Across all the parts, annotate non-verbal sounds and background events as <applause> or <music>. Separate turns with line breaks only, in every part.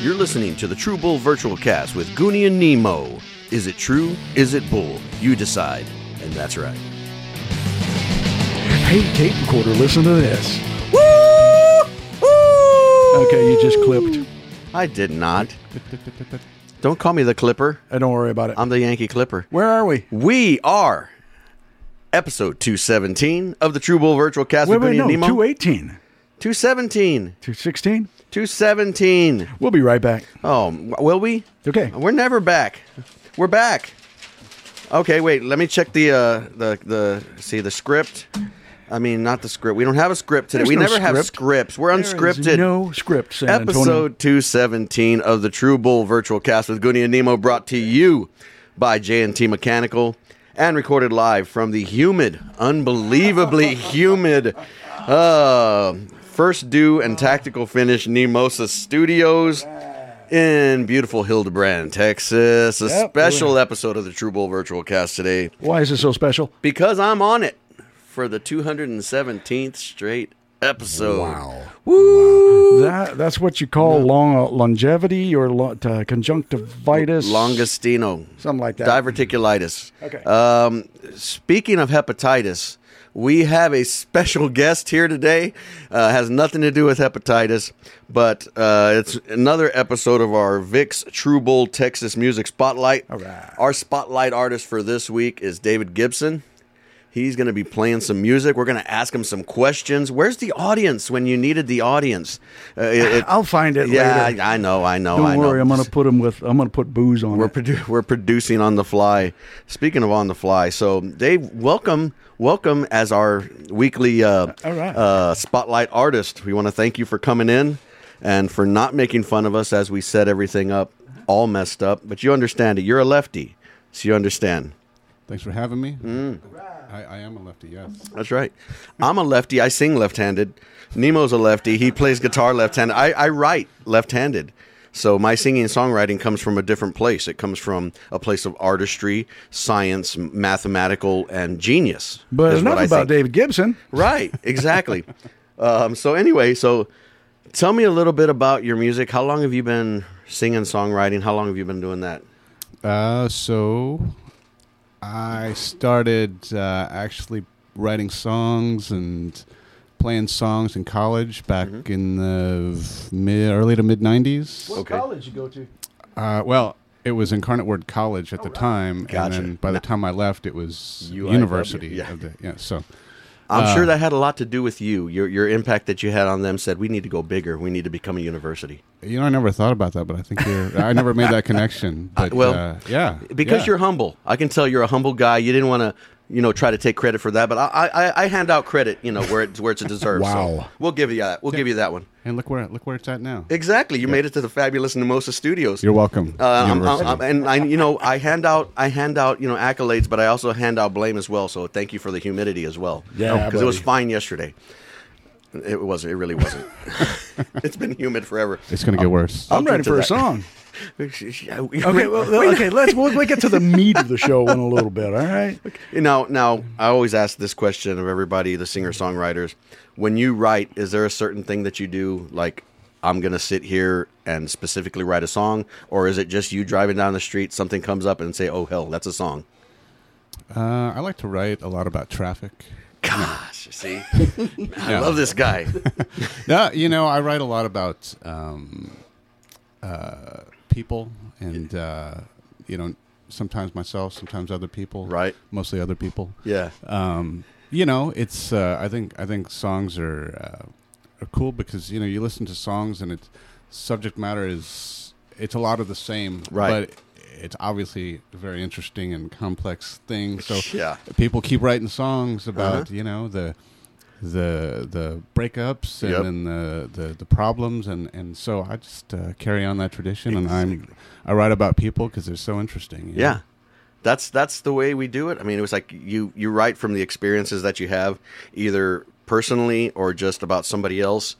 You're listening to the True Bull Virtual Cast with Goonie and Nemo. Is it true? Is it bull? You decide. And that's right.
Hey, tape recorder, listen to this.
Woo! Woo!
Okay, you just clipped.
I did not. Don't call me the Clipper.
Uh, don't worry about it.
I'm the Yankee Clipper.
Where are we?
We are episode 217 of the True Bull Virtual Cast
Wait,
with
wait,
Goonie
no,
and Nemo.
218.
217.
216?
217.
We'll be right back.
Oh, w- will we?
Okay.
We're never back. We're back. Okay, wait. Let me check the uh, the the see the script. I mean, not the script. We don't have a script today.
There's
we
no
never have
script.
scripts. We're
There
unscripted.
is No script, San Antonio.
Episode 217 of the True Bull Virtual Cast with Goonie and Nemo brought to you by J&T Mechanical and recorded live from the humid, unbelievably <laughs> humid, uh, First Due and Tactical Finish Nemosa Studios in beautiful Hildebrand, Texas. A
Yep.
special episode of the True Bull Virtual Cast today
Why is it so special?
because I'm on it for the 217th straight episode.
That That's what you call long uh, longevity or lo- uh, conjunctivitis.
Longestino.
Something like that.
Diverticulitis.
Okay.
Um, speaking of hepatitis, we have a special <laughs> guest here today. Uh, has nothing to do with hepatitis, but uh, it's another episode of our Vix True Bull Texas Music Spotlight. All
right.
Our spotlight artist for this week is David Gibson. He's going to be playing some music. We're going to ask him some questions. Where's the audience when you needed the audience? Uh, it- it-
I'll find it
yeah,
later.
I, I know, I know,
Don't
I know.
worry, I'm going to put them with, I'm going to put booze on
We're
it.
produ- we're producing on the fly. Speaking of on the fly, so Dave, welcome, welcome as our weekly uh,
All right.
uh, spotlight artist. We want to thank you for coming in and for not making fun of us as we set everything up all messed up. But you understand it. You're a lefty, so you understand.
Thanks for having me.
Mm.
I, I am a lefty, yes.
That's right. I'm a lefty. I sing left-handed. Nemo's a lefty. He plays guitar left-handed. I, I write left-handed. So my singing and songwriting comes from a different place. It comes from a place of artistry, science, m- mathematical, and genius.
But
is what
enough
I
about
think.
David Gibson.
Right.
<laughs>
Exactly. um, so anyway, so tell me a little bit about your music. How long have you been singing songwriting? How long have you been doing that?
Uh, so I started uh, actually writing songs and playing songs in college back
Mm-hmm.
in the mid, early to mid 90s.
Okay.
college you go to?
Uh, well, it was Incarnate Word College at the time.
Oh, Gotcha.
And then by the time I left, it was
UIW.
university.
Yeah.
of the- yeah, so.
I'm
Uh,
sure that had a lot to do with you. Your your impact that you had on them said we need to go bigger. We need to become a university.
You know, I never thought about that, but I think you're. I never made
<laughs>
that connection. But
well,
uh, yeah,
because
yeah.
you're humble. I can tell you're a humble guy. You didn't want to, you know, try to take credit for that, but I, I, I hand out credit, you know, where it's where it's deserved. So
Wow.
we'll give you that. We'll give you that one.
And look where look where it's at now.
Exactly. You made it to the fabulous Nemosa Studios.
You're welcome.
Uh, I'm- I'm-
University.
I'm- and I, you know, I hand out, I hand out, you know, accolades, but I also hand out blame as well. So thank you for the humidity as well.
Yeah,
because it was
buddy.
fine yesterday. It wasn't. It really
<laughs>
wasn't. <laughs> it's been humid forever.
it's going to get worse.
I'm
get
ready
to
for a
that.
song. Okay,
okay,
well, okay. Let's we'll, we'll get to the meat of the show in a little bit.
<laughs>
All right.
Now, now, I always ask this question of everybody, the singer songwriters. When you write, is there a certain thing that you do? Like, I'm going to sit here and specifically write a song? Or is it just you driving down the street, something comes up and say, oh, hell, that's a song?
Uh, I like to write a lot about traffic.
Gosh, see? I
Yeah.
love this guy.
No, you know, I write a lot about um, uh, people, and uh, you know, sometimes myself, sometimes other people.
Right.
Mostly other people.
Yeah.
Um, you know, it's. Uh, I think. I think songs are uh, are cool because you know you listen to songs and its subject matter is it's a lot of the same,
Right.
But it's obviously a very interesting and complex thing. So
Yeah. Uh-huh.
people keep writing songs about you know the the the breakups and
Yep.
then the, the the problems and and so I just uh, carry on that tradition and I'm I write about people because they're so interesting. you know?
Yeah. That's that's the way we do it. I mean, it was like you you write from the experiences that you have either personally or just about somebody else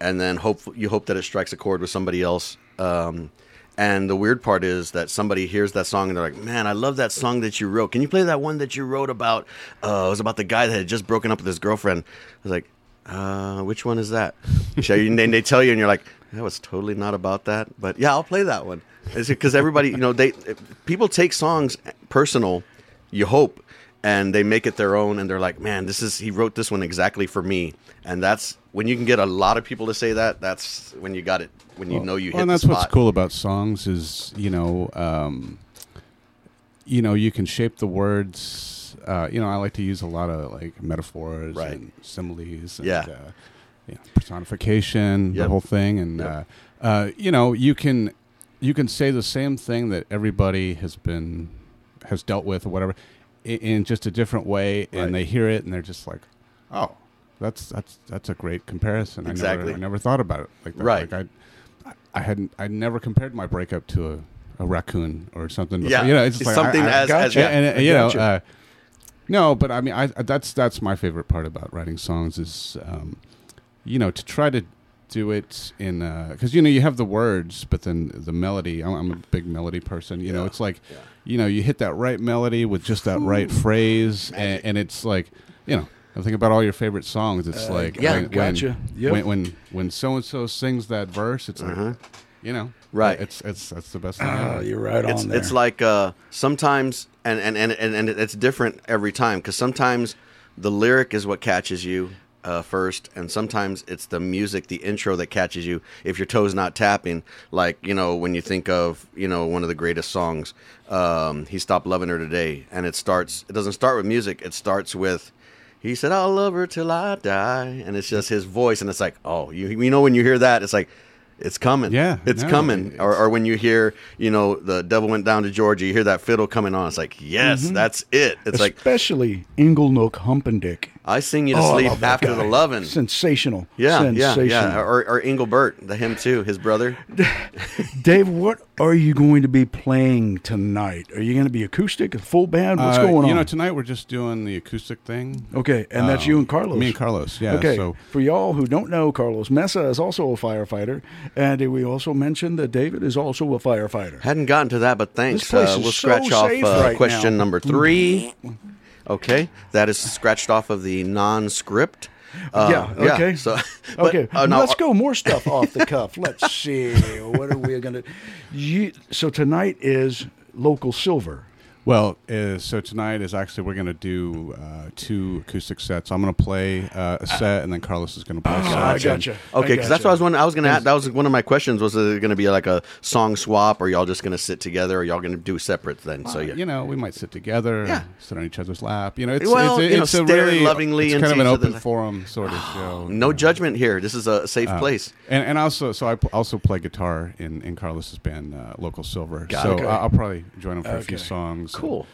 and then hope you hope that it strikes a chord with somebody else. Um and the weird part is that somebody hears that song and they're like, "Man, I love that song that you wrote. Can you play that one that you wrote about uh it was about the guy that had just broken up with his girlfriend." I was like, "Uh, which one is that?" So you- and then they tell you and you're like, That was totally not about that, but yeah, I'll play that one. Because everybody, you know, they people take songs personal. You hope, and they make it their own, and they're like, "Man, this is he wrote this one exactly for me." And that's when you can get a lot of people to say that. That's when you got it. When you know you hit.
Well, and
the
that's what's
spot.
cool about songs is you know, um, you know, you can shape the words. Uh, you know, I like to use a lot of like metaphors
Right.
and similes. And,
Yeah.
Uh, you know, personification, the
Yep.
whole thing, and
Yep.
uh, uh, you know, you can you can say the same thing that everybody has been has dealt with or whatever in, in just a different way,
Right.
and they hear it and they're just like, oh. That's that's that's a great comparison.
Exactly.
I never, I never thought about it like that.
Right.
Like I, I hadn't. I never compared my breakup to a, a raccoon or something. before.
Yeah,
you know, it's,
it's
just like, I-
something
I-
as, as
gotcha.
yeah,
and, uh,
I
you know,
gotcha.
uh, no, but I mean, I, I- that's that's my favorite part about writing songs is, um, you know, to try to do it in because you know you have the words, but then the melody. I'm, I'm a big melody person. You know,
Yeah.
it's like,
Yeah.
you know, you hit that right melody with just that right phrase, and, and it's like, you know. I think about all your favorite songs. It's like
Uh, yeah.
when,
Gotcha.
when,
Yep.
when when when so and so sings that verse, it's like, you know,
Uh-huh. Right.
It's it's that's the best thing.
Ah,
ever.
you're right
it's
on there.
it's like uh, sometimes and and, and and and it's different every time because sometimes the lyric is what catches you uh, first and sometimes it's the music the intro that catches you if your toes not tapping like you know when you think of you know one of the greatest songs um, he stopped loving her today and it starts it doesn't start with music it starts with he said i'll love her till i die and it's just his voice and it's like oh you, you know when you hear that it's like it's coming
Yeah,
it's
no,
coming
it-
or, or when you hear, you know, the devil went down to Georgia, you hear that fiddle coming on. It's like, yes,
Mm-hmm.
that's it. It's like
especially Inglenook Humpendick.
I sing you to
Oh, I love
sleep
that
after
guy.
the lovin'.
Sensational.
Yeah, yeah,
Sensational.
yeah. Or, or Engelbert, the him too, his
<laughs>
brother.
Dave, what are you going to be playing tonight? Are you going to be acoustic, a full band? What's
Uh,
going on?
You know, tonight we're just doing the acoustic thing.
okay, and that's you and Carlos.
Me and Carlos. Yeah.
okay,
So
for y'all who don't know, Carlos Mesa is also a firefighter, and did we also mention that David is also a firefighter.
Hadn't gotten to that, but thanks.
This place
uh,
is
we'll
so
scratch off
safe
uh,
right
question
now. Mm-hmm.
number three. Okay, that is scratched off of the non-script. Uh,
yeah. Okay.
So, <laughs> but,
okay.
uh, now-
Let's go more stuff off the cuff. Let's
<laughs>
see. What are we going to? You, so tonight is local silver.
well, uh, so tonight is actually we're gonna do uh, two acoustic sets. I'm gonna play uh,
Ah.
a set, and then Carlos is gonna play. a set.
I
And-
gotcha.
uh, Okay, because that's what I was
gotcha.
wondering. I was gonna. Ask, that was one of my questions. Was it going to be like a song swap, or y'all just going to sit together, or y'all going to do separate then? So yeah,
You know, we might sit together,
Yeah.
sit on each other's lap. You know, it's
Well,
it's,
you know,
it's a
stare
really
lovingly
it's
into
kind of an
each
open
other's-
forum sort of
<sighs>
show.
no judgment here. This is a
Oh.
safe place.
And, and also, so I pl- also play guitar in, in Carlos's band, uh, Local Silver.
Got
so
it.
I- I'll probably join him for a
Okay.
few songs.
Cool.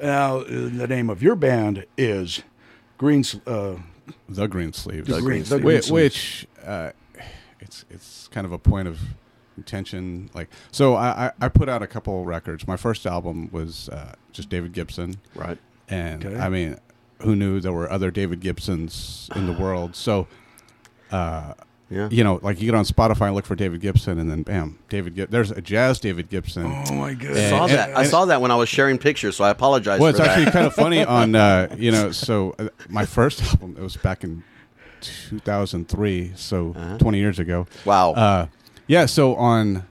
Now, uh, the name of your band is Greens. Uh,
The Green Sleeves.
The Green- the
Whi-
Green
Which,
Sleeves.
uh, it's it's kind of a point of intention. Like, so I, I, I put out a couple records. My first album was uh, just David Gibson,
Right.
and
Okay.
I mean, who knew there were other David Gibsons in the world? So.
Yeah.
you know, like you get on Spotify and look for David Gibson, and then bam, David. Gib- There's a jazz David Gibson.
oh my
I
goodness!
saw that. I saw that when I was sharing pictures, so I apologize
Well,
for
it's
that. <laughs>
actually kind of funny on uh, you know. So uh, my first <laughs> album it was back in 2003, so 20 years ago.
Uh-huh. Wow.
Uh, yeah. So on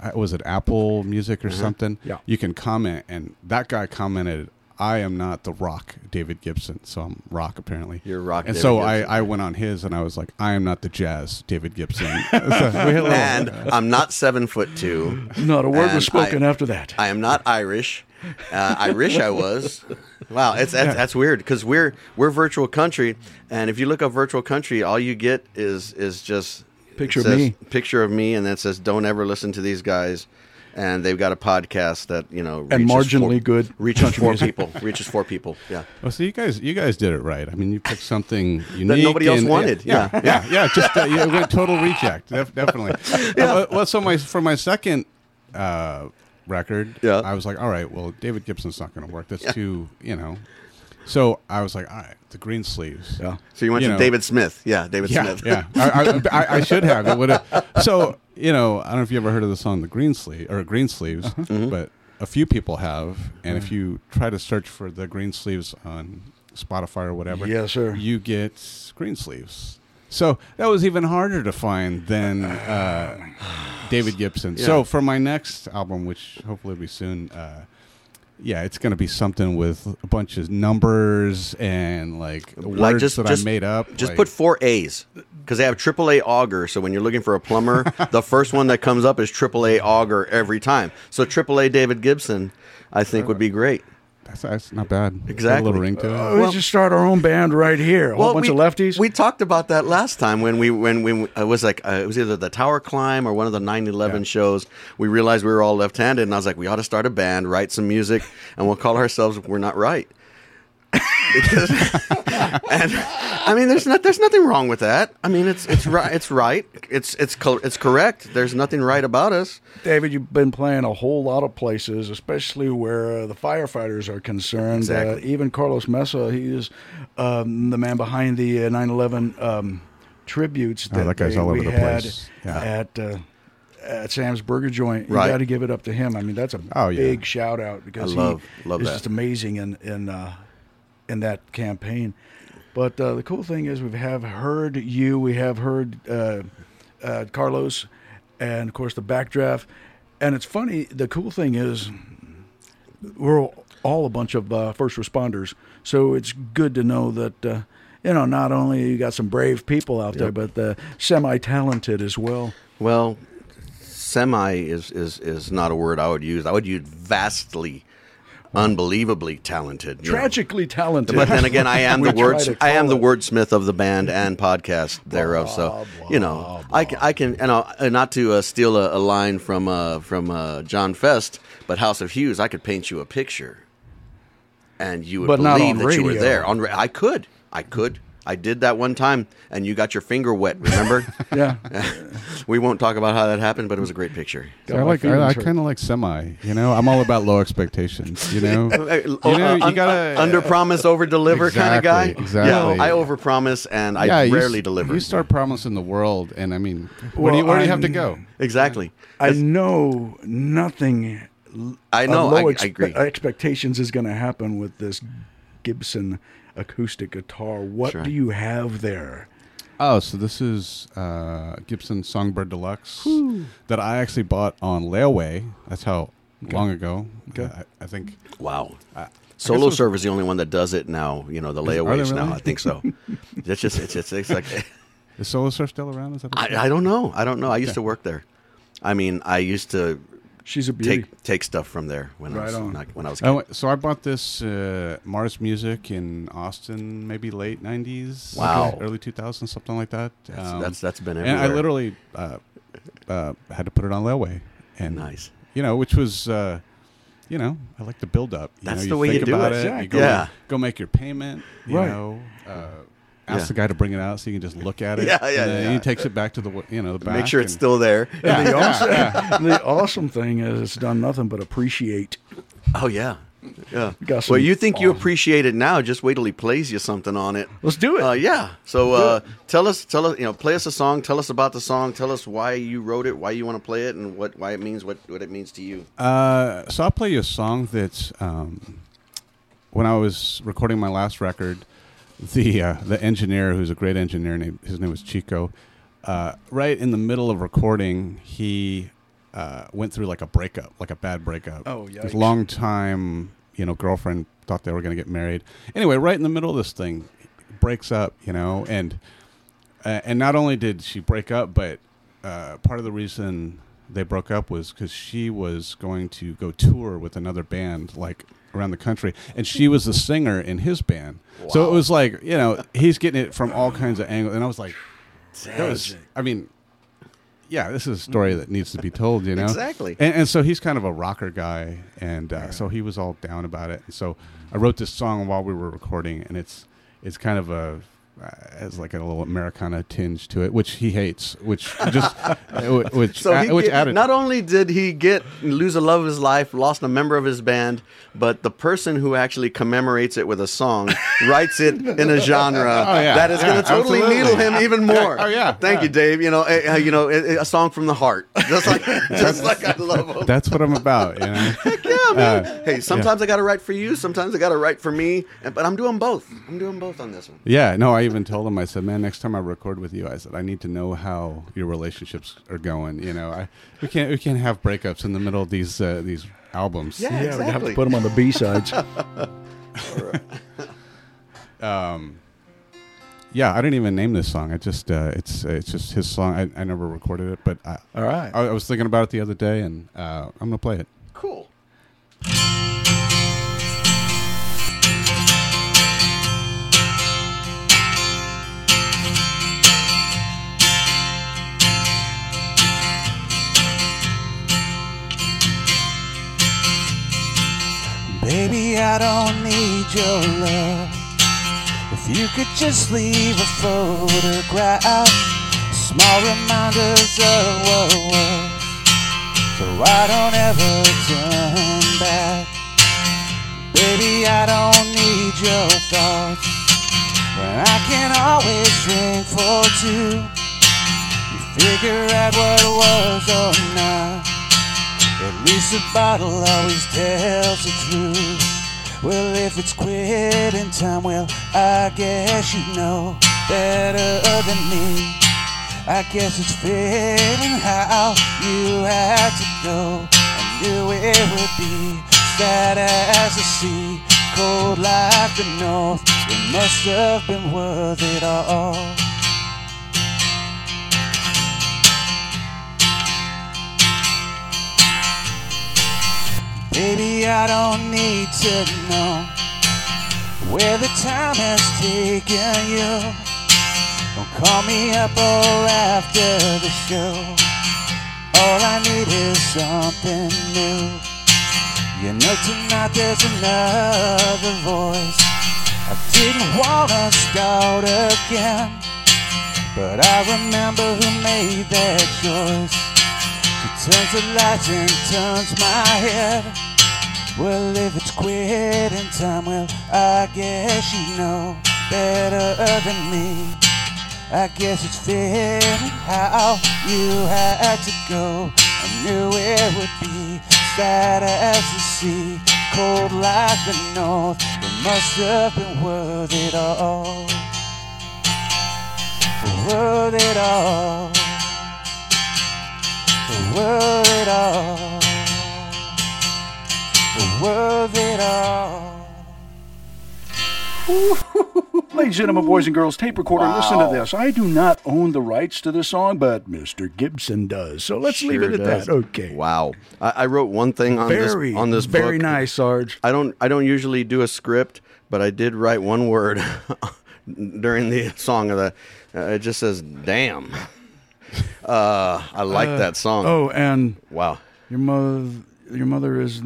uh, was it Apple Music
Uh-huh.
or something?
Yeah.
You can comment, and that guy commented. I am not the rock David Gibson, so I'm rock apparently.
You're rock
and
David
so
Gibson.
I, I went on his, and I was like, I am not the jazz David Gibson.
<laughs>
<laughs> So we had a little-
and I'm not seven foot two.
Not a word
And
was spoken
I-
after that.
I am not Irish. Uh, I wish I was. Wow, it's that's, that's weird because we're we're virtual country, and if you look up virtual country, all you get is is just it
Picture of
says-
me.
picture of me, and then it says don't ever listen to these guys, and they've got a podcast that you know reaches
And marginally
four,
good
reaches
<laughs> country
four
music.
people reaches four people. Yeah,
Well, Oh, so you guys, you guys did it right. I mean, you picked
<laughs>
something unique
nobody else
and-
wanted.
Yeah,
Yeah.
yeah, yeah.
<laughs>
Just uh, you it went total reject, def- definitely. Uh, well, so my for my second uh, record,
Yeah.
I was like, all right, well, David Gibson's not going to work. That's too, you know. So I was like, all right, the green sleeves.
Yeah.
so you went
You
to
know.
David Smith. Yeah, David
Yeah,
Smith. <laughs>
yeah. I, I- I, I should have. It would have. So you know, I don't know if you ever heard of the song "The Green Sleeve" or "Green Sleeves,"
Uh-huh. Mm-hmm.
but a few people have. And if you try to search for "The Green Sleeves" on Spotify or whatever,
Yes, sir.
you get "Green Sleeves." So that was even harder to find than uh,
<sighs>
David Gibson.
Yeah.
So for my next album, which hopefully will be soon, uh, yeah, it's going to be something with a bunch of numbers and like, words
just-
that
just-
I made up.
Just
like-
put four A's because they have AAA auger. So when you're looking for a plumber,
<laughs>
the first one that comes up is AAA auger every time. So AAA David Gibson, I think, would be great.
That's, that's not bad.
Exactly. Uh,
Put a little ring to it.
Oh, we just start our own band right here. A whole bunch
we,
of lefties.
We talked about that last time when we when we it was like uh, it was either the Tower Climb or one of the 9/11 shows. We realized we were all left-handed, and I was like, we ought to start a band, write some music, and we'll call ourselves "We're Not Right." <laughs> because, and I mean, there's not there's nothing wrong with that. I mean, it's it's right, it's right, it's it's cor- it's correct. There's nothing right about us.
David, you've been playing a whole lot of places, especially where uh, the firefighters are concerned.
Exactly.
Uh, even Carlos Mesa, he is um, the man behind the uh, 9/11 um, tributes
Oh,
that,
that guy's
they-
all over
we
the
had
place. Yeah.
at. Uh, at Sam's Burger Joint, you
Right.
got to give it up to him. I mean, that's a
Oh, yeah.
big shout out because
I love-
he
love
is
that.
just amazing in in uh, in that campaign. But uh, the cool thing is, we have heard you, we have heard uh, uh, Carlos, and of course the backdraft. And it's funny. The cool thing is, we're all a bunch of uh, first responders, so it's good to know that. Uh, you know, not only you got some brave people out there, but uh, semi-talented as well.
Well, semi is is is not a word I would use. I would use vastly, unbelievably talented. you know.
Tragically talented.
But then again, I am
<laughs> We
the
try
words.
to
I am
call
the
it.
wordsmith of the band and podcast thereof. So you know, I can, I can, and I'll, and not to uh, steal a, a line from uh, from uh, John Fest, but House of Hughes, I could paint you a picture, and you would
But not
believe
on
that you were
radio.
there. On ra- I could, I could, I did that one time, and you got your finger wet. Remember?
<laughs> Yeah,
we won't talk about how that happened, but it was a great picture.
Got
I
my
like.
feelings
I, I
hurt.
kind of like semi. You know, I'm all
<laughs>
about low expectations. You know, you,
Oh,
know,
uh,
you gotta
under promise, over deliver kind of
Exactly,
guy.
exactly.
Yeah, I over promise and <laughs> I
Yeah, you s-
rarely deliver.
You start promising the world, and I mean, where
Well,
do you, where do you have to
I'm-
go?
Exactly.
I know nothing. l-
I know,
of low
I- I
expe-
agree.
Expectations is going to happen with this Gibson acoustic guitar. What
Sure.
do you have there?
Oh, so this is uh, Gibson Songbird Deluxe that I actually bought on Layaway. That's how long ago.
Okay.
Uh, I, I think.
Wow.
I- I guess it
Solo
was-
Serve is the only one that does it now. You know the
they
layaways now.
really?
I think so. It's just it's, it's, it's like
Is Solar Surf still around? Is that what it's
I, I don't know. I don't know. I used to work there. I mean, I used to
She's a beauty.
take take stuff from there when I
Right
was
on.
like, when I was. a
Oh,
kid.
wait, so I bought this uh, Mars Music in Austin, maybe late '90s,
Wow.
okay, early 2000s, something like that.
That's,
Um,
that's that's been
and
everywhere.
I literally uh, uh, had to put it on layaway, and
nice.
you know, which was, uh, you know, I like the build up.
That's
know,
the way you
think
do
about
it.
You go,
Yeah.
go make your payment. You
Right.
know, uh, ask
Yeah.
the guy to bring it out so you can just look at it.
<laughs> Yeah, yeah,
and then
yeah.
He takes it back to the you know the back.
Make sure it's
and-
still there. <laughs>
Yeah,
The
yeah,
awesome,
yeah.
the awesome thing is it's done nothing but appreciate.
Oh yeah. Yeah.
got some
Well, you think you
awesome-
appreciate it now? Just wait till he plays you something on it.
Let's do it.
Uh, yeah. So uh, tell us, tell us, you know, play us a song. Tell us about the song. Tell us why you wrote it, why you want to play it, and what why it means, what what it means to you.
Uh, so I'll play you a song that um, when I was recording my last record, the uh, the engineer who's a great engineer named his name was Chico. Uh, right in the middle of recording, he uh, went through like a breakup, like a bad breakup.
Oh,
His
yikes.
long time, you know, girlfriend thought they were going to get married. Anyway, right in the middle of this thing, breaks up, you know, and uh, and not only did she break up, but uh, part of the reason they broke up was because she was going to go tour with another band, like around the country, and she was the singer in his band. So it was like, you know, he's getting it from all kinds of angles, and I was like, that was, I mean. Yeah, this is a story that needs to be told, you know.
Mm. Exactly.
And, and so he's kind of a rocker guy, and uh, so he was all down about it. And so I wrote this song while we were recording, and it's it's kind of a uh, has like a little Americana tinge to it, which he hates, which just
<laughs>
which
So he
which
get-
added
not only did he get lose a love of his life, lost a member of his band, but the person who actually commemorates it with a song writes it in a genre
Oh, yeah.
that is
Yeah,
going to totally
absolutely.
needle him even more.
Oh, yeah.
Thank you, Dave. You know, eh, eh, you <laughs> know, eh, eh, a song from the heart, just like just like I love him. <laughs>
That's what I'm about, you know.
man. hey, sometimes I got to write for you. Sometimes I got to write for me. And, but I'm doing both. I'm doing both on this one.
Yeah, no, I even told him, I said, man, next time I record with you, I said, I need to know how your relationships are going. You know, I we can't we can't have breakups in the middle of these uh, these albums.
Yeah.
Yeah, we're gonna have to
exactly.
put them on the
<laughs>
B sides.
Yeah, I didn't even name this song. I just uh, it's it's just his song. I, I never recorded it, but I,
All right.
I I was thinking about it the other day, and uh, I'm gonna play it.
Cool.
Baby, I don't need your love. If you could just leave a photograph, small reminders of what was, so I don't ever turn back. Baby, I don't need your thoughts, but I can always drink for two. You figure out what was or not. At least the bottle always tells the truth. Well, if it's quitting time, well, I guess you know better than me. I guess it's fitting how you had to go. I knew it would be sad as the sea, cold like the north. It must have been worth it all. Baby, I don't need to know where the time has taken you. Don't call me up or after the show. All I need is something new. You know tonight there's another voice. I didn't wanna start again, but I remember who made that choice. She turns the lights and turns my head. Well, if it's quitting time, well, I guess you know better than me. I guess it's fitting how you had to go. I knew it would be sad as the sea, cold like the north. It must have been worth it all. Worth it all worth it all. Worth it all.
Ladies and gentlemen, boys and girls, tape recorder, listen to this. I do not own the rights to this song, but Mr. Gibson does. So let's leave it
Sure
at
does.
that. Okay.
Wow. I, I wrote one thing on
Very,
this on this
very
book.
nice, Sarge.
I don't I don't usually do a script, but I did write one word <laughs> during the song of the. Uh, it just says "damn." Uh, I like that song.
Oh, and
wow.
your mother, your mother is.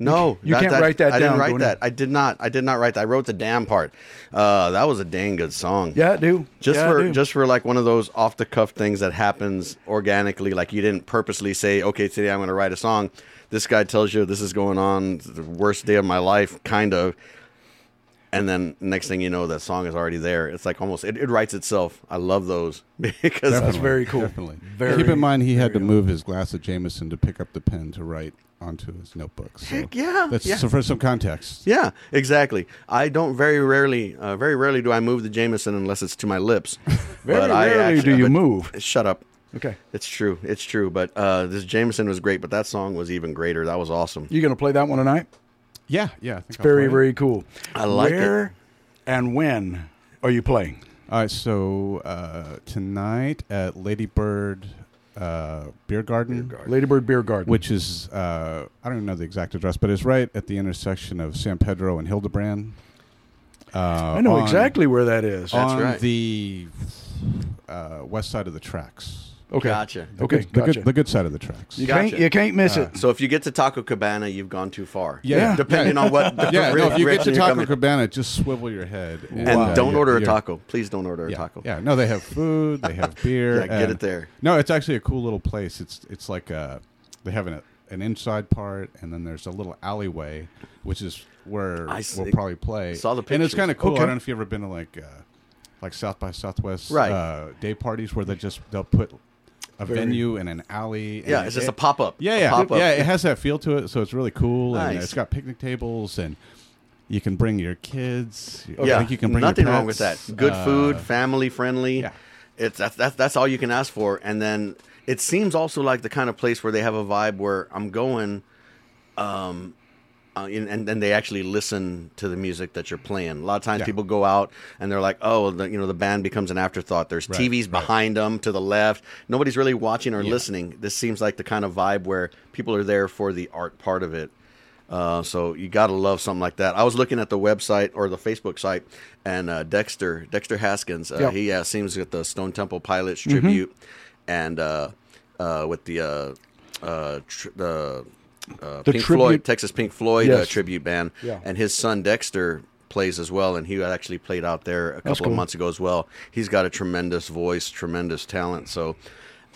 No,
You can't write that
I
down,
didn't write
Tony.
that. I did not. I did not write that. I wrote the damn part. Uh, that was a dang good song.
Yeah, I do.
Just
Yeah, I
for
do.
just for like one of those off the cuff things that happens organically. Like you didn't purposely say, "Okay, today I'm going to write a song." This guy tells you this is going on. it's The worst day of my life, kind of. And then next thing you know, that song is already there. It's like almost it, it writes itself. I love those <laughs> because
That's very cool.
Definitely.
Very,
Keep in mind, he had to move his glass of Jameson to pick up the pen to write onto his notebook. So
Heck yeah,
That's
yeah.
so for some context.
Yeah, exactly. I don't very rarely, uh, very rarely do I move the Jameson unless it's to my lips.
<laughs> Very rarely do you move.
Shut up.
Okay.
It's true. It's true. But uh, this Jameson was great, but that song was even greater. That was awesome.
You going to play that one tonight?
Yeah, yeah. I think I'll
Very,
play it.
very cool.
I like it.
Where and when are you playing?
All right, so uh, tonight at Ladybird uh, Beer Garden,
Ladybird Beer Garden.
which is uh, I don't know the exact address, but it's right at the intersection of San Pedro and Hildebrand. Uh,
I know
on-
exactly where that is.
That's
on
right.
the uh, west side of the tracks.
okay.
Gotcha.
Okay.
Good- the,
gotcha.
good, the good side of the tracks.
you, can't,
Gotcha. Uh,
you can't miss it.
So if you get to Taco Cabana, you've gone too far.
Yeah.
Depending on what.
<laughs> Yeah, no,
direction
if you get to
you're
Taco
coming.
Cabana, just swivel your head
and
uh,
don't
you're-
order a
you're-
taco. Please don't order a
yeah,
taco.
Yeah, no, they have food,
<laughs>
they have beer.
Yeah, get
and-
it there.
No, it's actually a cool little place. It's it's like a they have an an inside part, and then there's a little alleyway, which is where
I see.
we'll probably play.
Saw the
and it's
pictures.
kind of cool.
Okay.
I don't know if you have ever been to like uh, like South by Southwest
Right.
uh, day parties where they just they'll put a venue and an alley. and
Yeah, it's just a pop up.
Yeah, yeah,
pop up.
yeah. It has that feel to it, so it's really cool. And
Nice.
it's got picnic tables, and you can bring your kids.
yeah.
I think you can bring your
nothing wrong with that.
pets.
Good
Uh,
food, family friendly.
yeah.
It's that's, that's that's all you can ask for. And then it seems also like the kind of place where they have a vibe where I'm going, um, uh, and and then they actually listen to the music that you're playing. A lot of times
Yeah.
people go out and they're like, oh, the, you know, the band becomes an afterthought. There's
Right,
TVs
right.
behind them to the left. Nobody's really watching or listening. This seems like the kind of vibe where people are there for the art part of it. Uh, so you gotta love something like that. I was looking at the website or the Facebook site, and uh, Dexter Dexter Haskins, uh,
Yep. Mm-hmm.
he uh, sings with the Stone Temple Pilots tribute, and uh, uh, with the uh, uh, tr- the, uh,
The
Pink
tribute-
Floyd Texas Pink Floyd uh,
Yes.
tribute band,
Yeah.
and his son Dexter plays as well, and he actually played out there a couple
cool.
of months ago as well. He's got a tremendous voice, tremendous talent, so.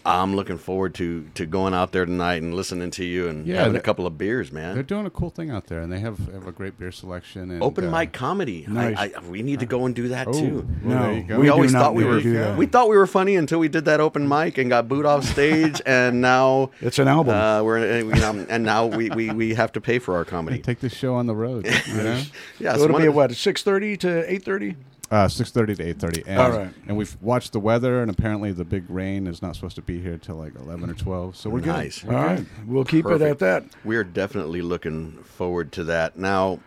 I'm looking forward to to going out there tonight and listening to you and
Yeah,
having a
that-
couple of beers, man.
They're doing a cool thing out there, and they have, have a great beer selection. And,
Open
uh,
mic comedy.
Nice.
I, I, we need to go and do that
Oh,
too.
well,
No,
there you go.
We,
We do
always
not
thought we
need
were
to do that.
we thought we were funny until we did that open mic and got booed off
<laughs>
stage, and now
It's an album.
Uh, we're and, you know, and now we, we, we have to pay for our comedy.
take this show on
<laughs>
the road. You know?
Yeah,
So
so
it'll
one
be
of-
what six thirty to eight thirty.
Uh, six thirty to eight thirty.
All right.
And we've watched the weather, and apparently the big rain is not supposed to be here till like eleven or twelve. So we're good.
Nice.
All right, we'll keep it at
Perfect.
that.
We're definitely looking forward to that. Now,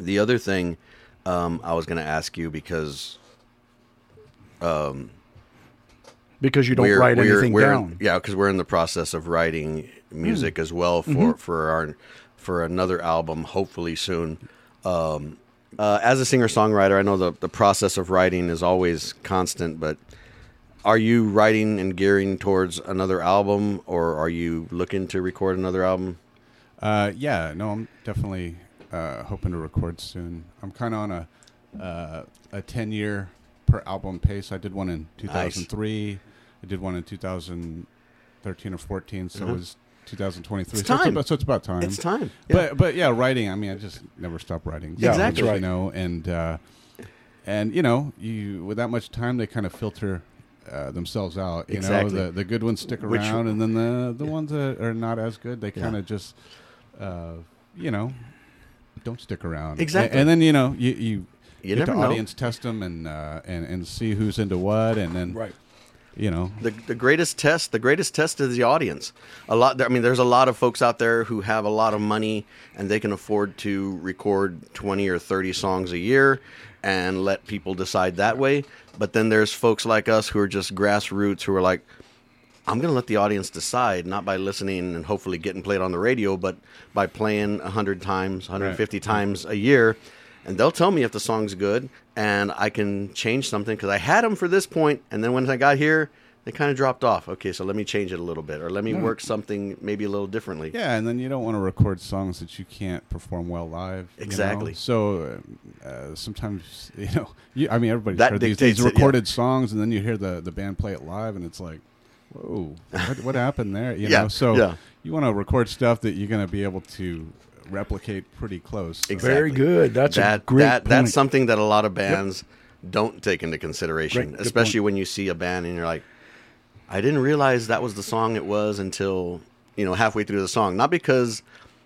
the other thing um, I was going to ask you because
Because you don't
we're,
write
we're,
anything
we're,
down. Mm-hmm.
Yeah, because we're in the process of writing music as well for for our for another album, hopefully soon. Um, uh, as a singer songwriter, I know the the process of writing is always constant, but are you writing and gearing towards another album, or are you looking to record another album?
Uh, yeah, no, I'm definitely uh, hoping to record soon. I'm kind of on a uh, a ten year per album pace. I did one in 2003. I did one in 2013 or 14. So it was 2023.
Mm-hmm. It's
So,
time.
about, so it's about time.
It's time.
But but yeah, writing. I mean, I just never stop writing.
Yeah,
that's Exactly.
right.
You know, and uh, and you know, you with that much time, they kind of filter. Uh, themselves out, you
Exactly.
know the the good ones stick
Which-
around, and then the the ones that are not as good, they kind of just uh, you know, don't stick around.
Exactly.
A- And, then you know you you,
You
get
never
the
know.
audience test them and uh, and and see who's into what, and then
Right.
you know.
the, the greatest test the greatest test is the audience a lot i mean there's a lot of folks out there who have a lot of money and they can afford to record 20 or 30 songs a year and let people decide that way but then there's folks like us who are just grassroots who are like i'm going to let the audience decide not by listening and hopefully getting played on the radio but by playing 100 times 150 times a year and they'll tell me if the song's good and I can change something because I had them for this point, and then when I got here, they kind of dropped off. Okay, so let me change it a little bit, or let me
Hmm.
work something maybe a little differently.
Yeah, and then you don't want to record songs that you can't perform well live. you know?
Exactly.
So uh, uh, sometimes <laughs> you know, you, I mean, everybody's
That
heard these,
dictates
these
it, yeah.
recorded songs, and then you hear the the band play it live, and it's like, whoa, what, what happened there?
<laughs>
You
Yeah,
know, so
yeah.
you want to record stuff that you're going to be able to replicate pretty close. So-
Exactly.
Very good. That's a
that,
great
that that's
point.
something that a lot of bands don't take into
Great,
consideration,
good
especially when you see a band and you're like, I didn't realize that was the song it was until you know halfway through the song. Not because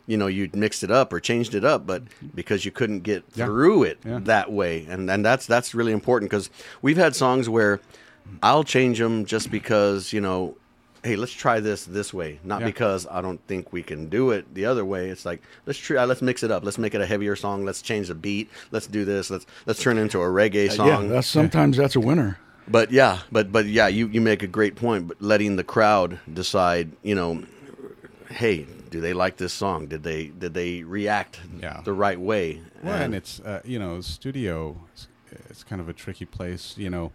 you know you mixed it up or changed it up, but because you couldn't get
Yeah.
through it
Yeah.
that way. And and that's that's really important because we've had songs where I'll change them just because you know. Hey, let's try this this way, not
Yeah.
because I don't think we can do it the other way. It's like let's try, let's mix it up, let's make it a heavier song, let's change the beat, let's do this, let's let's turn it into a reggae song.
yeah, that's sometimes that's a
<laughs>
winner.
But yeah, but but yeah, you, you make a great point. But letting the crowd decide, you know, hey, do they like this song? Did they did they react
Yeah.
the right way?
Well,
And
and it's uh, you know studio. It's, it's kind of a tricky place. You know,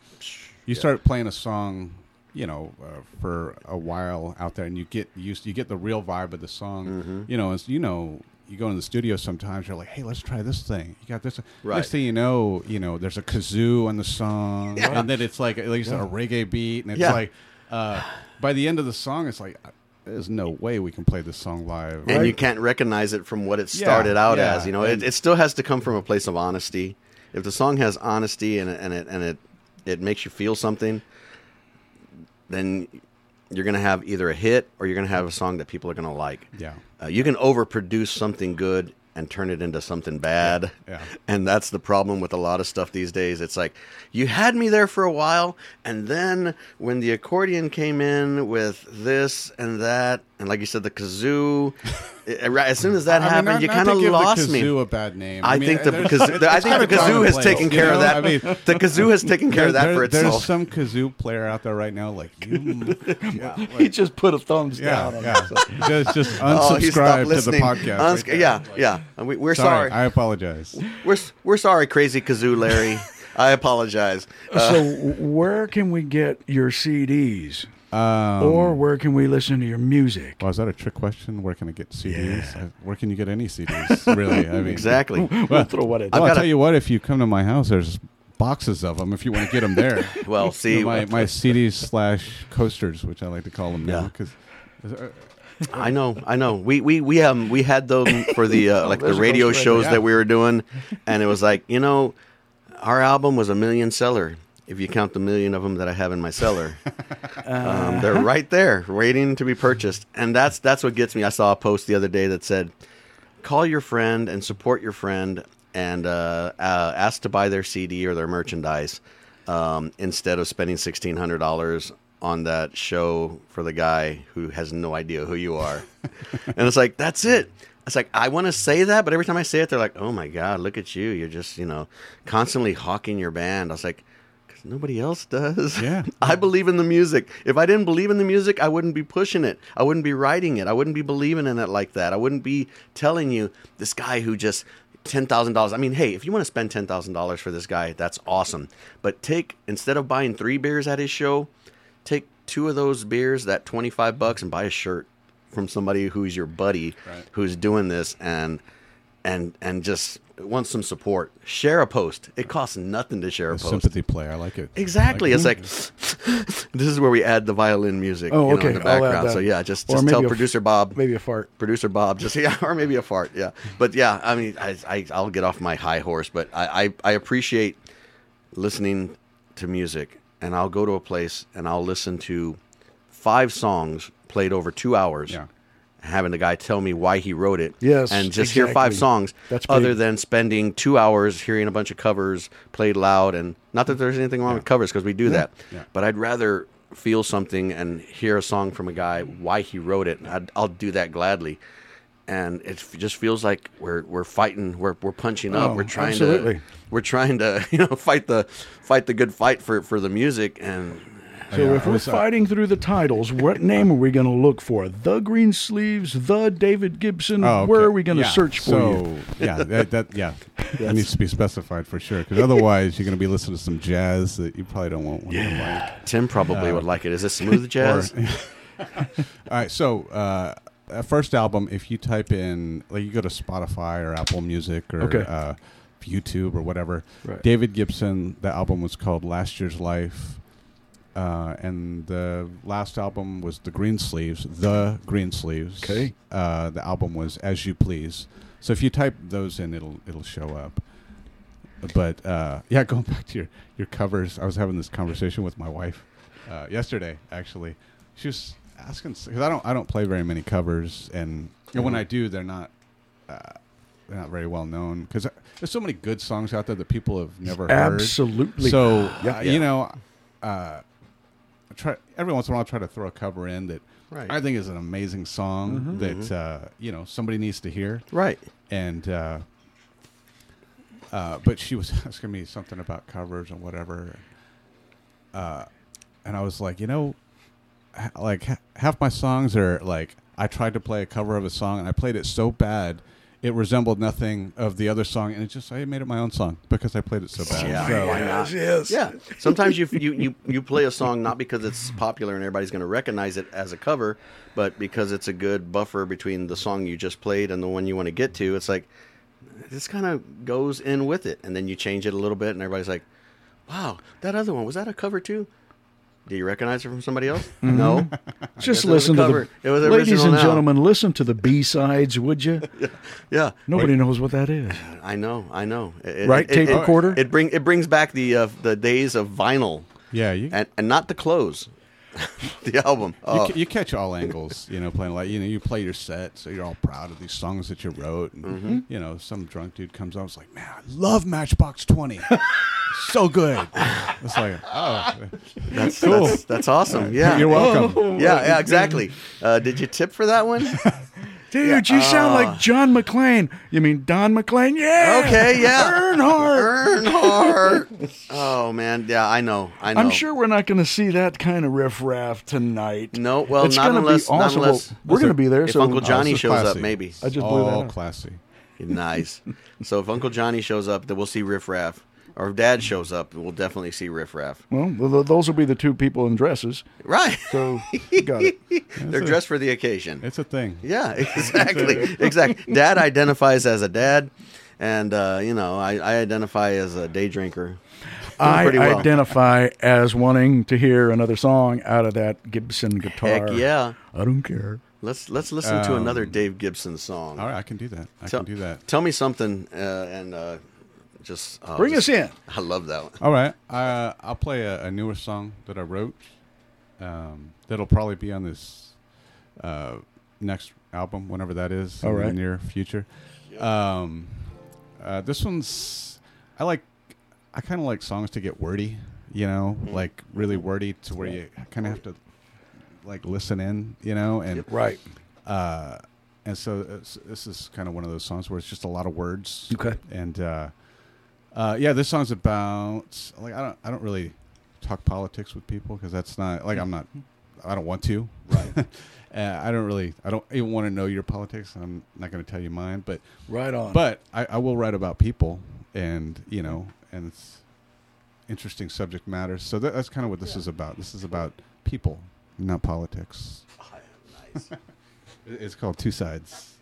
you start playing a song, you know, uh, for a while out there, and you get used. You get the real vibe of the song.
Mm-hmm.
You know, as you know, you go in the studio sometimes. You're like, hey, let's try this thing. You got this.
Right.
Next thing you know, you know, there's a kazoo on the
<laughs>
song, and then it's like at least a reggae beat, and it's
Yeah.
like uh, by the end of the song, it's like. "Uh, There's no way we can play this song live.
and
right?
you can't recognize it from what it
Yeah,
started out
yeah,
as. You know, it,
and-
it still has to come from a place of honesty. If the song has honesty and it- and it and it it makes you feel something, then you're going to have either a hit or you're going to have a song that people are going to like.
Yeah.
Uh, you can overproduce something good and turn it into something bad.
Yeah.
<laughs> And that's the problem with a lot of stuff these days. It's like you had me there for a while and then when the accordion came in with this and that and like you said the
<laughs>
kazoo it- right, as soon as that
I mean,
happened
not-
you
not
kind
to
of
give
lost
the
me.
kazoo a bad name.
I,
mean,
think the
<laughs> there's-
kazoo, I
it's
think the
kinda
kazoo has
commonplace,
taken care
you
of
know?
that.
I mean,
the kazoo
<laughs>
has taken care of that
there-
for
There's
itself.
some kazoo player out there right now, like
<laughs>
you. yeah,
He just put a thumbs
yeah,
down on
yeah.
us.
<laughs> just just
Oh, he
unsubscribe
stopped
to the
listening.
podcast.
Uns-
right there.
yeah, yeah. And We, we're sorry.
I apologize.
we're s- we're sorry, Crazy Kazoo
<laughs>
Larry. I apologize. Uh,
So where can we get your CDs? or where can we listen to your music?
Well, is that a trick question? Where can I get CDs? I- Where can you get any CDs?
<laughs>
Really? I mean,
exactly.
We'll throw what it
got
Well, I'll
a-
tell you what. If you come to my house, there's boxes of them. If you want to get them there.
<laughs> Well, see,
You know, my
<laughs>
my CDs slash coasters, which I like to call them now,
Yeah.
because
I know, I know. We we we um we had them for the
<laughs>
uh, like the radio shows
yeah.
that we were doing, and it was like you know, our album was a million seller. If you count the million of them that I have in my cellar, um, they're right there, waiting to be purchased. And that's that's what gets me. I saw a post the other day that said, "Call your friend and support your friend, and uh, uh, ask to buy their CD or their merchandise um, instead of spending sixteen hundred dollars on that show for the guy who has no idea who you are." and it's like that's it. It's like I want to say that, but every time I say it, they're like, "Oh my god, look at you! You're just you know constantly hawking your band." I was like. Because nobody else does. <laughs>
Yeah.
I believe in the music. If I didn't believe in the music, I wouldn't be pushing it. I wouldn't be writing it. I wouldn't be believing in it like that. I wouldn't be telling you this guy who just $10,000. I mean, hey, if you want to spend $10,000 for this guy, that's awesome. But take, instead of buying three beers at his show, take two of those beers, that 25 bucks, and buy a shirt from somebody who's your buddy who's doing this and and and just want some support share a post it costs nothing to share a post
sympathy play, I like it.
Exactly.
I
It's like <laughs> this is where we add the violin music
Oh,
you know,
okay.
in the
I'll add
background.
that.
So yeah, just
Or
just
maybe
tell
a f-
producer Bob,
Maybe a fart.
producer Bob, just <laughs> yeah, or maybe a fart. Yeah, but yeah, I mean, I, I I'll get off my high horse, but I, I I appreciate listening to music, and I'll go to a place and I'll listen to five songs played over two hours.
Yeah.
Having the guy tell me why he wrote it,
Yes,
and just hear
exactly.
five songs,
That's
other
big.
than spending two hours hearing a bunch of covers played loud and not that there's anything wrong with covers because we do that
Yeah.
but i'd rather feel something and hear a song from a guy why he wrote it I'd, i'll do that gladly and it f- just feels like we're we're fighting we're, we're punching up
Oh,
we're trying
absolutely.
to we're trying to <laughs> you know fight the fight the good fight for for the music and
So if
Oh,
we're fighting through the titles, what name are we going to look for? The Green Sleeves, the David Gibson. Where are we going to search for you?
Oh, so, yeah, that, that
<laughs>
yeah, that needs to be specified for sure. Because otherwise, you're going to be listening to some jazz that you probably don't want. Yeah. Like.
tim probably would like it is this smooth jazz
All right. So, uh, uh, first album, if you type in, like, you go to Spotify or Apple Music or
Okay.
uh, YouTube or whatever,
Right.
David Gibson, the album was called Last Year's Life. Uh, and the last album was The Green Sleeves, The Green Sleeves.
Okay.
Uh, the album was As You Please. So if you type those in, it'll it'll show up. But uh, yeah, <laughs> going back to your, your covers, I was having this conversation with my wife uh, yesterday. Actually, she was asking because I don't I don't play very many covers, and, and
Uh-huh.
when I do, they're not uh, they're not very well known because there's so many good songs out there that people have never heard.
Absolutely.
So
Yeah.
uh, you know, uh, I try every once in a while I try to throw a cover in that
Right.
I think is an amazing song
Mm-hmm.
that uh, you know somebody needs to hear.
right
And uh, uh, but she was <laughs> asking me something about covers and whatever, uh, and I was like, you know, ha- like ha- half my songs are like I tried to play a cover of a song and I played it so bad. It resembled nothing of the other song, and it just I made it my own song because I played it so bad.
Yeah.
Oh,
So-
Why
yes, <laughs> yes.
Yeah. Sometimes you, you you you play a song not because it's popular and everybody's going to recognize it as a cover, but because it's a good buffer between the song you just played and the one you want to get to. It's like this kind of goes in with it, and then you change it a little bit, and everybody's like, "Wow, that other one was that a cover too?" Do you recognize it from somebody else? No.
Just
guess it was
listen
a
to
cover.
the
It was
ladies
original
and
now.
gentlemen. Listen to the B sides, would you?
yeah.
Nobody knows what that is.
I know. I know. It- it-
Right,
it-
tape
it-
recorder?
It bring it brings back the uh, the days of vinyl
Yeah, you,
and and not the clothes. <laughs> the album.
You,
Oh,
ca- you catch all angles, you know, playing like you know, you play your set, so you're all proud of these songs that you wrote. And,
Mm-hmm.
You know, some drunk dude comes up, it's like, man, I love Matchbox Twenty, so good. It's like,
<laughs>
oh,
that's, that's that's awesome. Yeah,
you're welcome.
yeah, yeah, exactly. Uh, did you tip for that
<laughs>
one?
Dude, you sound like John McClane. You mean Don McClane? Yeah.
Okay, yeah.
Earnhardt.
Earnhardt. oh man, yeah, I know, I know.
I'm sure we're not going to see that kind of riffraff tonight.
No, well,
it's
not
gonna
unless-
be
not
awesome.
unless-
Well, we're going to be there.
if
so uh,
Uncle Johnny
Oh, this is
shows up,
classy.
maybe.
I just blew that
all
up.
classy.
nice. So if Uncle Johnny shows up, then we'll see Riff Raff. Or if Dad shows up, we'll definitely see Riff Raff.
Well, th- th- those will be the two people
<laughs>
in dresses.
Right.
So you got it.
They're dressed for the occasion.
It's a thing.
Yeah, <laughs> exactly, exactly. Dad identifies as a dad, and uh, you know, I, I identify as a day drinker.
I
Pretty well.
identify as wanting to hear another song out of that Gibson guitar.
Heck yeah!
I don't care.
Let's let's listen
Um,
to another Dave Gibson song.
All right, I can do that. I
tell,
can do that.
Tell me something, uh, and uh, just oh,
Bring
just-
us in.
<laughs> I love that one.
All right, uh, I'll play a, a newer song that I wrote. Um, that'll probably be on this uh, next album, whenever that is,
All
in the
right.
near future. Um, uh, this one's I like. I kind of like songs to get wordy, you know, like really wordy to where you kind of have to like listen in, you know, and
Right.
uh, and so it's, this is kind of one of those songs where it's just a lot of words.
Okay.
And uh, uh, yeah, this song's about like I don't I don't really talk politics with people because that's not like I'm not I don't want to. Right. <laughs> uh, I don't really I don't even want to know your politics. I'm not going to tell you mine, but
Right on.
but I, I will write about people and you know and it's interesting subject matter. So that, that's kind of what this is about. This is about people, not politics. <laughs> It- It's called Two Sides.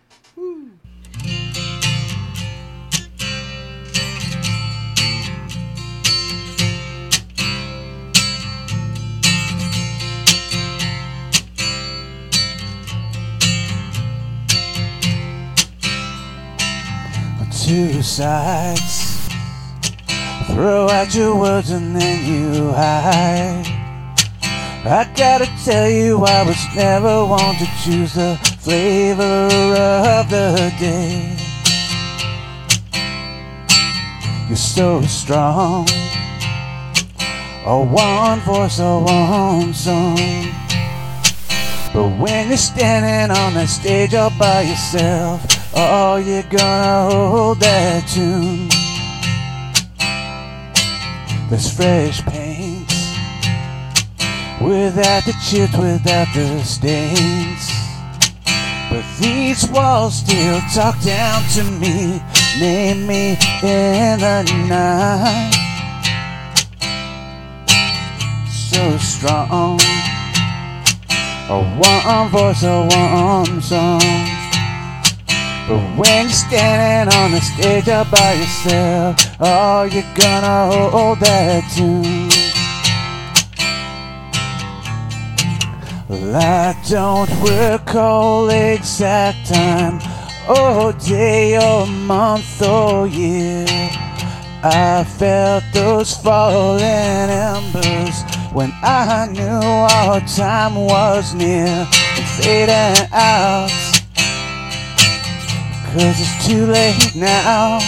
two sides. Throw out your words and then you hide. I gotta tell you, I was never one to choose the flavor of the day. You're so strong. A one voice, a one song. But when you're standing on that stage all by yourself, oh, you're gonna hold that tune. There's fresh paint without the chips, without the stains. But these walls still talk down to me, name me in the night. So strong. A one voice, a one song. But when you're standing on the stage all by yourself, oh, you're gonna hold that tune. Well, I don't work all exact time, or day, or month, or year. I felt those falling embers when I knew our time was near and fading out. Cause it's too late now.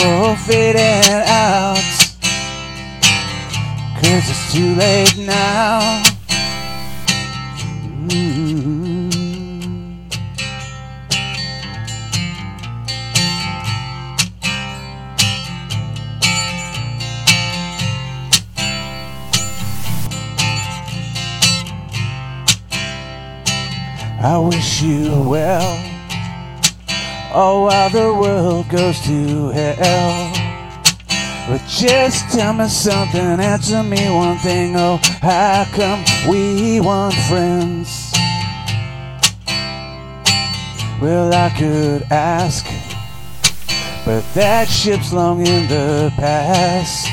Oh, fading out. Cause it's too late now. Mm. I wish you well. Oh, while the world goes to hell. But just tell me something, answer me one thing. Oh, how come we weren't friends? Well, I could ask, but that ship's long in the past.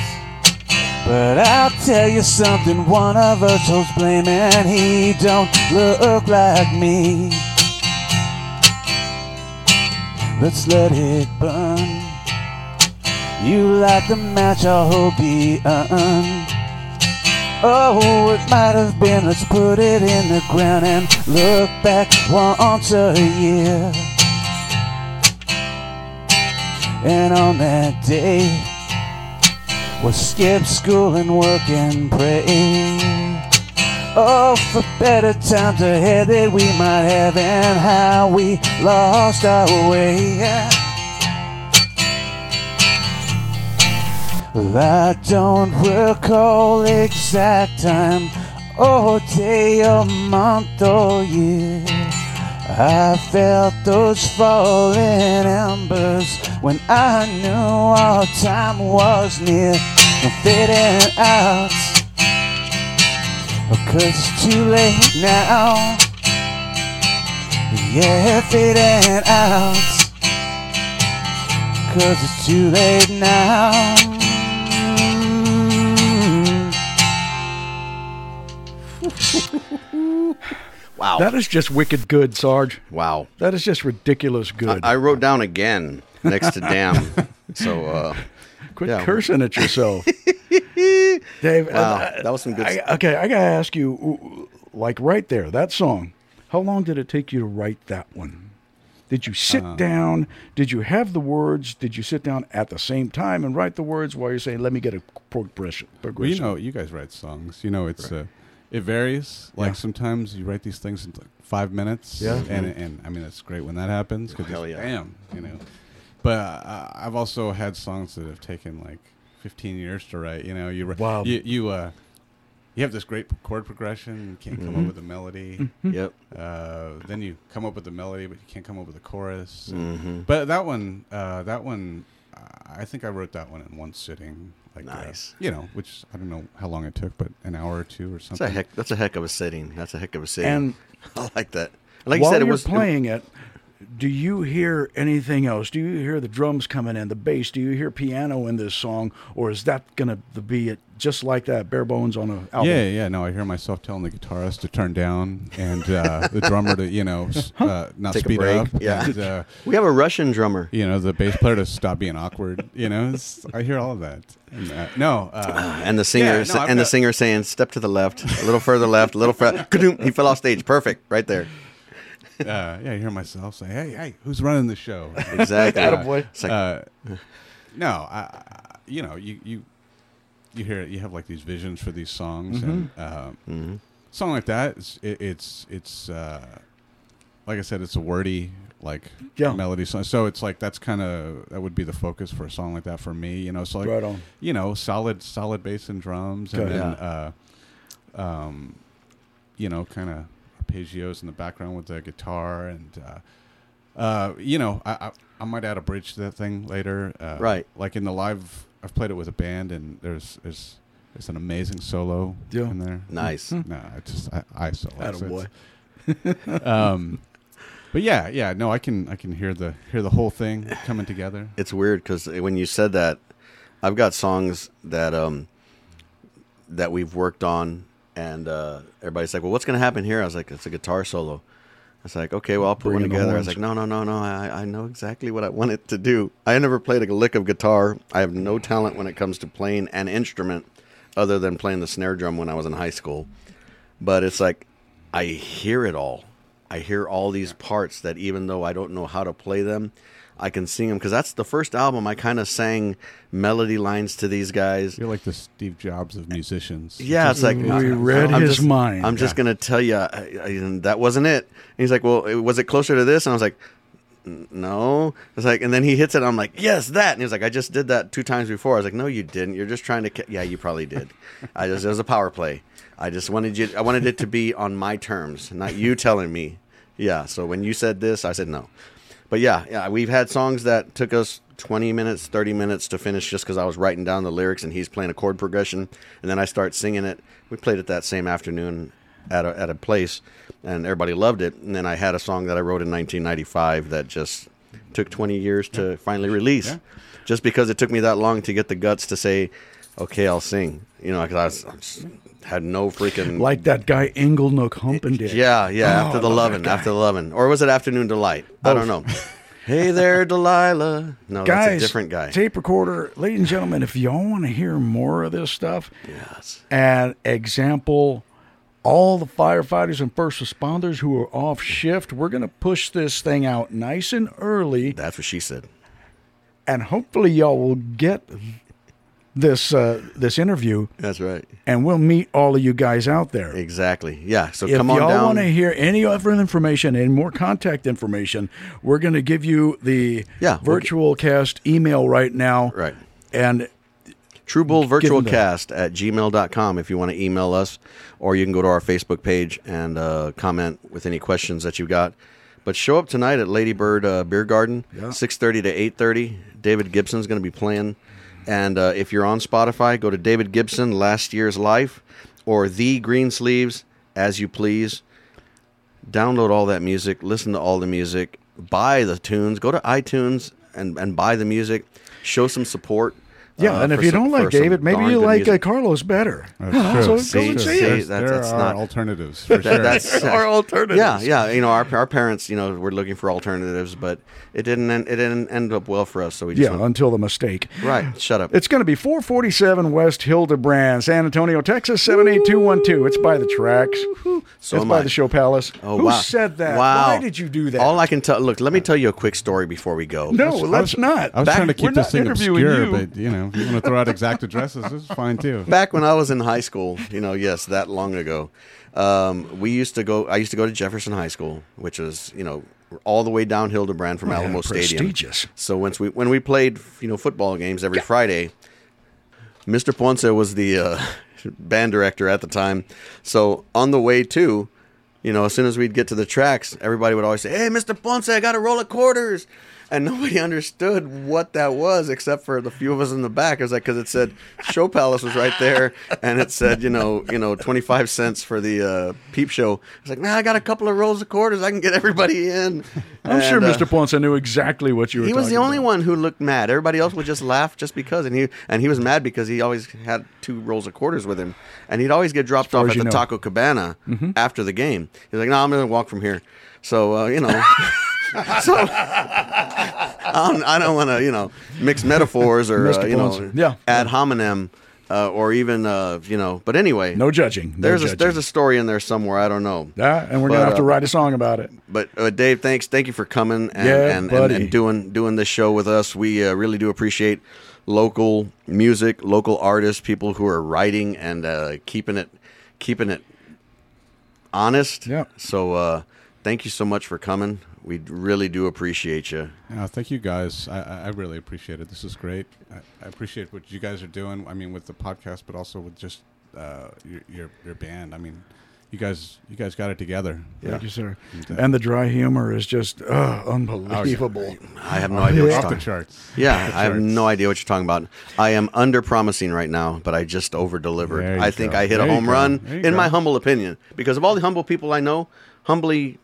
But I'll tell you something, one of us holds blame and he don't look like me. Let's let it burn. You light the match, I'll hold the urn. Oh, it might have been. Let's put it in the ground and look back once a year. And on that day, we'll skip school and work and pray. Oh, for better times ahead that we might have, and how we lost our way. Yeah. Well, I don't recall exact time or day or month or year. I felt those falling embers when I knew our time was near. No fading out, Oh, 'cause it's too late now. Yeah, fading out. Cause it's too late now.
Wow.
That is just wicked good, Sarge.
wow.
That is just ridiculous good.
I wrote down again next to damn. so
<laughs>
uh,
Quit
yeah.
cursing
<laughs>
at yourself, Dave.
wow,
uh,
that was some good.
I, okay, I gotta ask you, like right there, that song. How long did it take you to write that one? Did you sit
Uh.
down? Did you have the words? Did you sit down at the same time and write the words while you're saying, "Let me get a progression"?
Well, you
progression.
know, you guys write songs. You know, it's uh, it varies. Like
Yeah.
sometimes you write these things in like five minutes.
Yeah.
and and I mean that's great when that happens. 'cause
Hell
it's
yeah.
Bam, you know. But uh, I've also had songs that have taken like 15 years to write. You know, you wri-
Wow.
you you uh, you have this great chord progression. You can't
Mm-hmm.
come up with a melody.
hmm.
Yep.
Uh, then you come up with the melody, but you can't come up with a chorus.
Mm-hmm.
But that one, uh, that one, I I think I wrote that one in one sitting. Like, uh,
Nice.
you know, which I don't know how long it took, but an hour or two or
That's a
something.
heck. That's a heck of a sitting. That's a heck of a sitting.
And-
<laughs> I like that. And Like
while
you said, it
you're
was
playing it. Do you hear anything else? Do you hear the drums coming in, the bass? Do you hear piano in this song, or is that gonna be it just like that, bare bones on a album?
Yeah, yeah. No, I hear myself telling the guitarist to turn down and uh, the drummer to, you know, s- uh, not
Take a
speed
break.
up.
Yeah.
And, uh,
We have a Russian drummer.
you know, the bass player to stop being awkward. You know, It's- I hear all of that. And, uh, no,
<laughs>
uh,
And the singer
Yeah, no, I've
and the
got-
singer saying, "Step to the left, a little further left, a little <laughs> further." He fell off stage. Perfect, right there.
uh, yeah, I hear myself say, "Hey, hey, who's running the show?"
Exactly.
Attaboy.
It's like,
uh, no, I, I, you know, you you you hear you have like these visions for these songs and
Mm-hmm.
um, something like that. It's it, it's it's uh, like I said, it's a wordy like
Yeah.
melody song. So it's like that's kind of that would be the focus for a song like that for me. You know, so like
Right on.
you know, solid solid bass and drums, and
Good.
then uh, um, you know, kind of arpeggios in the background with the guitar and. Uh, uh, you know, I, I I might add a bridge to that thing later. Uh,
Right.
Like in the live, I've played it with a band, and there's there's there's an amazing solo
Yeah.
in there.
nice.
No, I just I, I solo. so
Attaboy.
it's- um, but yeah, yeah, no, I can I can hear the hear the whole thing coming together.
It's weird because when you said that, I've got songs that um that we've worked on, and uh, everybody's like, "Well, what's going to happen here?" I was like, "It's a guitar solo." It's like, okay, well, I'll put
Bring
one
in the
together. I was
horns.
like, no, no, no, no. I, I know exactly what I want it to do. I never played a lick of guitar. I have no talent when it comes to playing an instrument other than playing the snare drum when I was in high school. But it's like, I hear it all. I hear all these parts that even though I don't know how to play them, I can sing them. Because that's the first album I kind of sang melody lines to these guys.
You're like the Steve Jobs of musicians.
Yeah, it's like
We read his
just,
mind.
I'm just gonna tell you, I, I- that wasn't it. And he's like, "Well, it- was it closer to this?" And I was like, "N- "No." It's like, and then he hits it. I'm like, "Yes, that." And he was like, "I just did that two times before." I was like, "No, you didn't. You're just trying to." Ca- yeah, you probably did. I just it was a power play. I just wanted you. I wanted it to be on my terms, not you telling me. Yeah. So when you said this, I said no. But yeah, yeah, we've had songs that took us 20 minutes, 30 minutes to finish just because I was writing down the lyrics and he's playing a chord progression, and then I start singing it. We played it that same afternoon at a, at a place, and everybody loved it. And then I had a song that I wrote in 1995 that just took 20 years to finally release, just because it took me that long to get the guts to say, "Okay, I'll sing," you know, because I was, I just had no freaking
like that guy Engelnook Humpendale.
<laughs> yeah, yeah.
Oh,
after
I
the
love
lovin',
that guy. <laughs>
after the lovin', or was it afternoon delight? I don't know. Hey there, Delilah. No, that's a different guy.
Tape recorder, ladies and gentlemen. If y'all want to hear more of this stuff,
yes.
an example. All the firefighters and first responders who are off shift, we're going to push this thing out nice and early,
That's what she said.
and hopefully y'all will get this uh, this interview,
That's right.
and we'll meet all of you guys out there.
Exactly. Yeah. So
If
come on
y'all
down.
want to hear any other information and more contact information, we're going to give you the
Yeah, we'll get-
virtual cast email right now.
Right.
And
Truebull
give
Virtual
them the-
Cast at gmail.com if you want to email us, or you can go to our Facebook page and uh, comment with any questions that you got. But show up tonight at Lady Bird uh, Beer Garden, six thirty to eight thirty. David Gibson's going to be playing, and uh, if you're on Spotify, go to David Gibson Last Year's Life or The Green Sleeves as you please. Download all that music, listen to all the music, buy the tunes, go to iTunes and and buy the music. Show some support.
yeah,
uh,
and if
for
you
some-
don't
for
like
some
David, maybe
darn
you
good
like
music.
uh, Carlos better. Oh,
That's
<laughs> So
true.
go and
See,
see
see,
it.
that-
there
that's
are
not-
alternatives for sure.
That- that's
<laughs> Or alternatives.
Yeah, yeah. You know, our, our parents, you know, were looking for alternatives, but it didn't end, it didn't end up well for us. So we just
Yeah,
went,
until the mistake.
right. Shut up.
It's going to be 447 West Hildebrand, San Antonio, Texas, 78212. It's by the tracks.
So
it's
am
by
I.
the show palace.
oh
Who
wow!
said that?
Wow!
Why did you do that?
All I can tell. Look, let me tell you a quick story before we go.
no,
I was-
let's not.
I was
Back-
trying to
we're
keep this
not
thing
interviewing
obscure,
you.
but you know, if you want to throw out exact addresses, it's fine too.
<laughs> Back when I was in high school, you know, yes, that long ago, um, we used to go. I used to go to Jefferson High School, which is you know all the way down Hildebrand from Alamo Stadium.
prestigious.
So once we when we played you know football games every Friday, Mr. Ponce was the uh, band director at the time. So on the way to, you know, as soon as we'd get to the tracks, everybody would always say, "Hey, Mr. Ponce, I got a roll of quarters." And nobody <laughs> understood what that was except for the few of us in the back. It was like because it said Show Palace was right there, and it said you know you know twenty five cents for the uh, peep show. It's like, nah, I got a couple of rolls of quarters. I can get everybody in.
I'm sure
And, uh,
Mr. Ponce knew exactly what you were
he was
talking
the only
about.
one who looked mad. Everybody else would just laugh just because, and he and he was mad because he always had two rolls of quarters with him, and he'd always get dropped off
as
at
you
the
know. Mm-hmm.
Taco Cabana after the game. He's like, "No, I'm gonna walk from here." So uh, you know,
<laughs>
so I don't, I don't want to you know mix metaphors or uh,
Mr.
you know
Ponson. Yeah.
ad hominem uh, or even uh, you know. But anyway,
No judging. No
there's a
judging.
there's a story in there somewhere. I don't know.
Yeah, and we're
But,
gonna have
uh,
to write a song about it.
But uh, Dave, thanks, thank you for coming and,
Yeah,
and, and,
buddy.
and doing doing this show with us. We uh, really do appreciate local music, local artists, people who are writing and uh, keeping it keeping it honest.
Yeah.
So uh, thank you so much for coming. We really do appreciate you.
Uh, thank you guys. I- I, I really appreciate it. This is great. I, I appreciate what you guys are doing. I mean, with the podcast, but also with just uh, your, your your band. I mean, you guys you guys got it together. uh,
Thank you, sir. And the dry humor is just uh,
Oh,
unbelievable.
I have no
Oh,
idea what you're
Off the
talking.
charts. <laughs>
Yeah, I have
charts.
no idea what you're talking about. I am under promising right now, but I just over
There
delivered.
you
I think
go.
I hit
There
a
you
home
go.
run,
There you
in my
go.
humble opinion, because of all the humble people I know, humbly,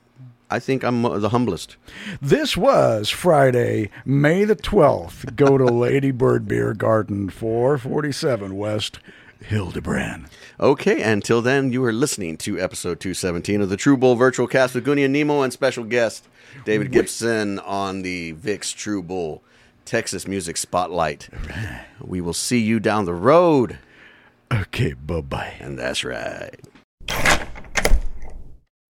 I think I'm uh, the humblest.
This was Friday, May the twelfth. Go to Lady Bird Beer Garden, four forty seven West Hildebrand.
Okay, until then, you are listening to episode 217 of the True Bull Virtual Cast with Gunia Nemo and special guest David Gibson on the VIX True Bull Texas Music Spotlight. We will see you down the road,
Okay, bye bye.
and that's right.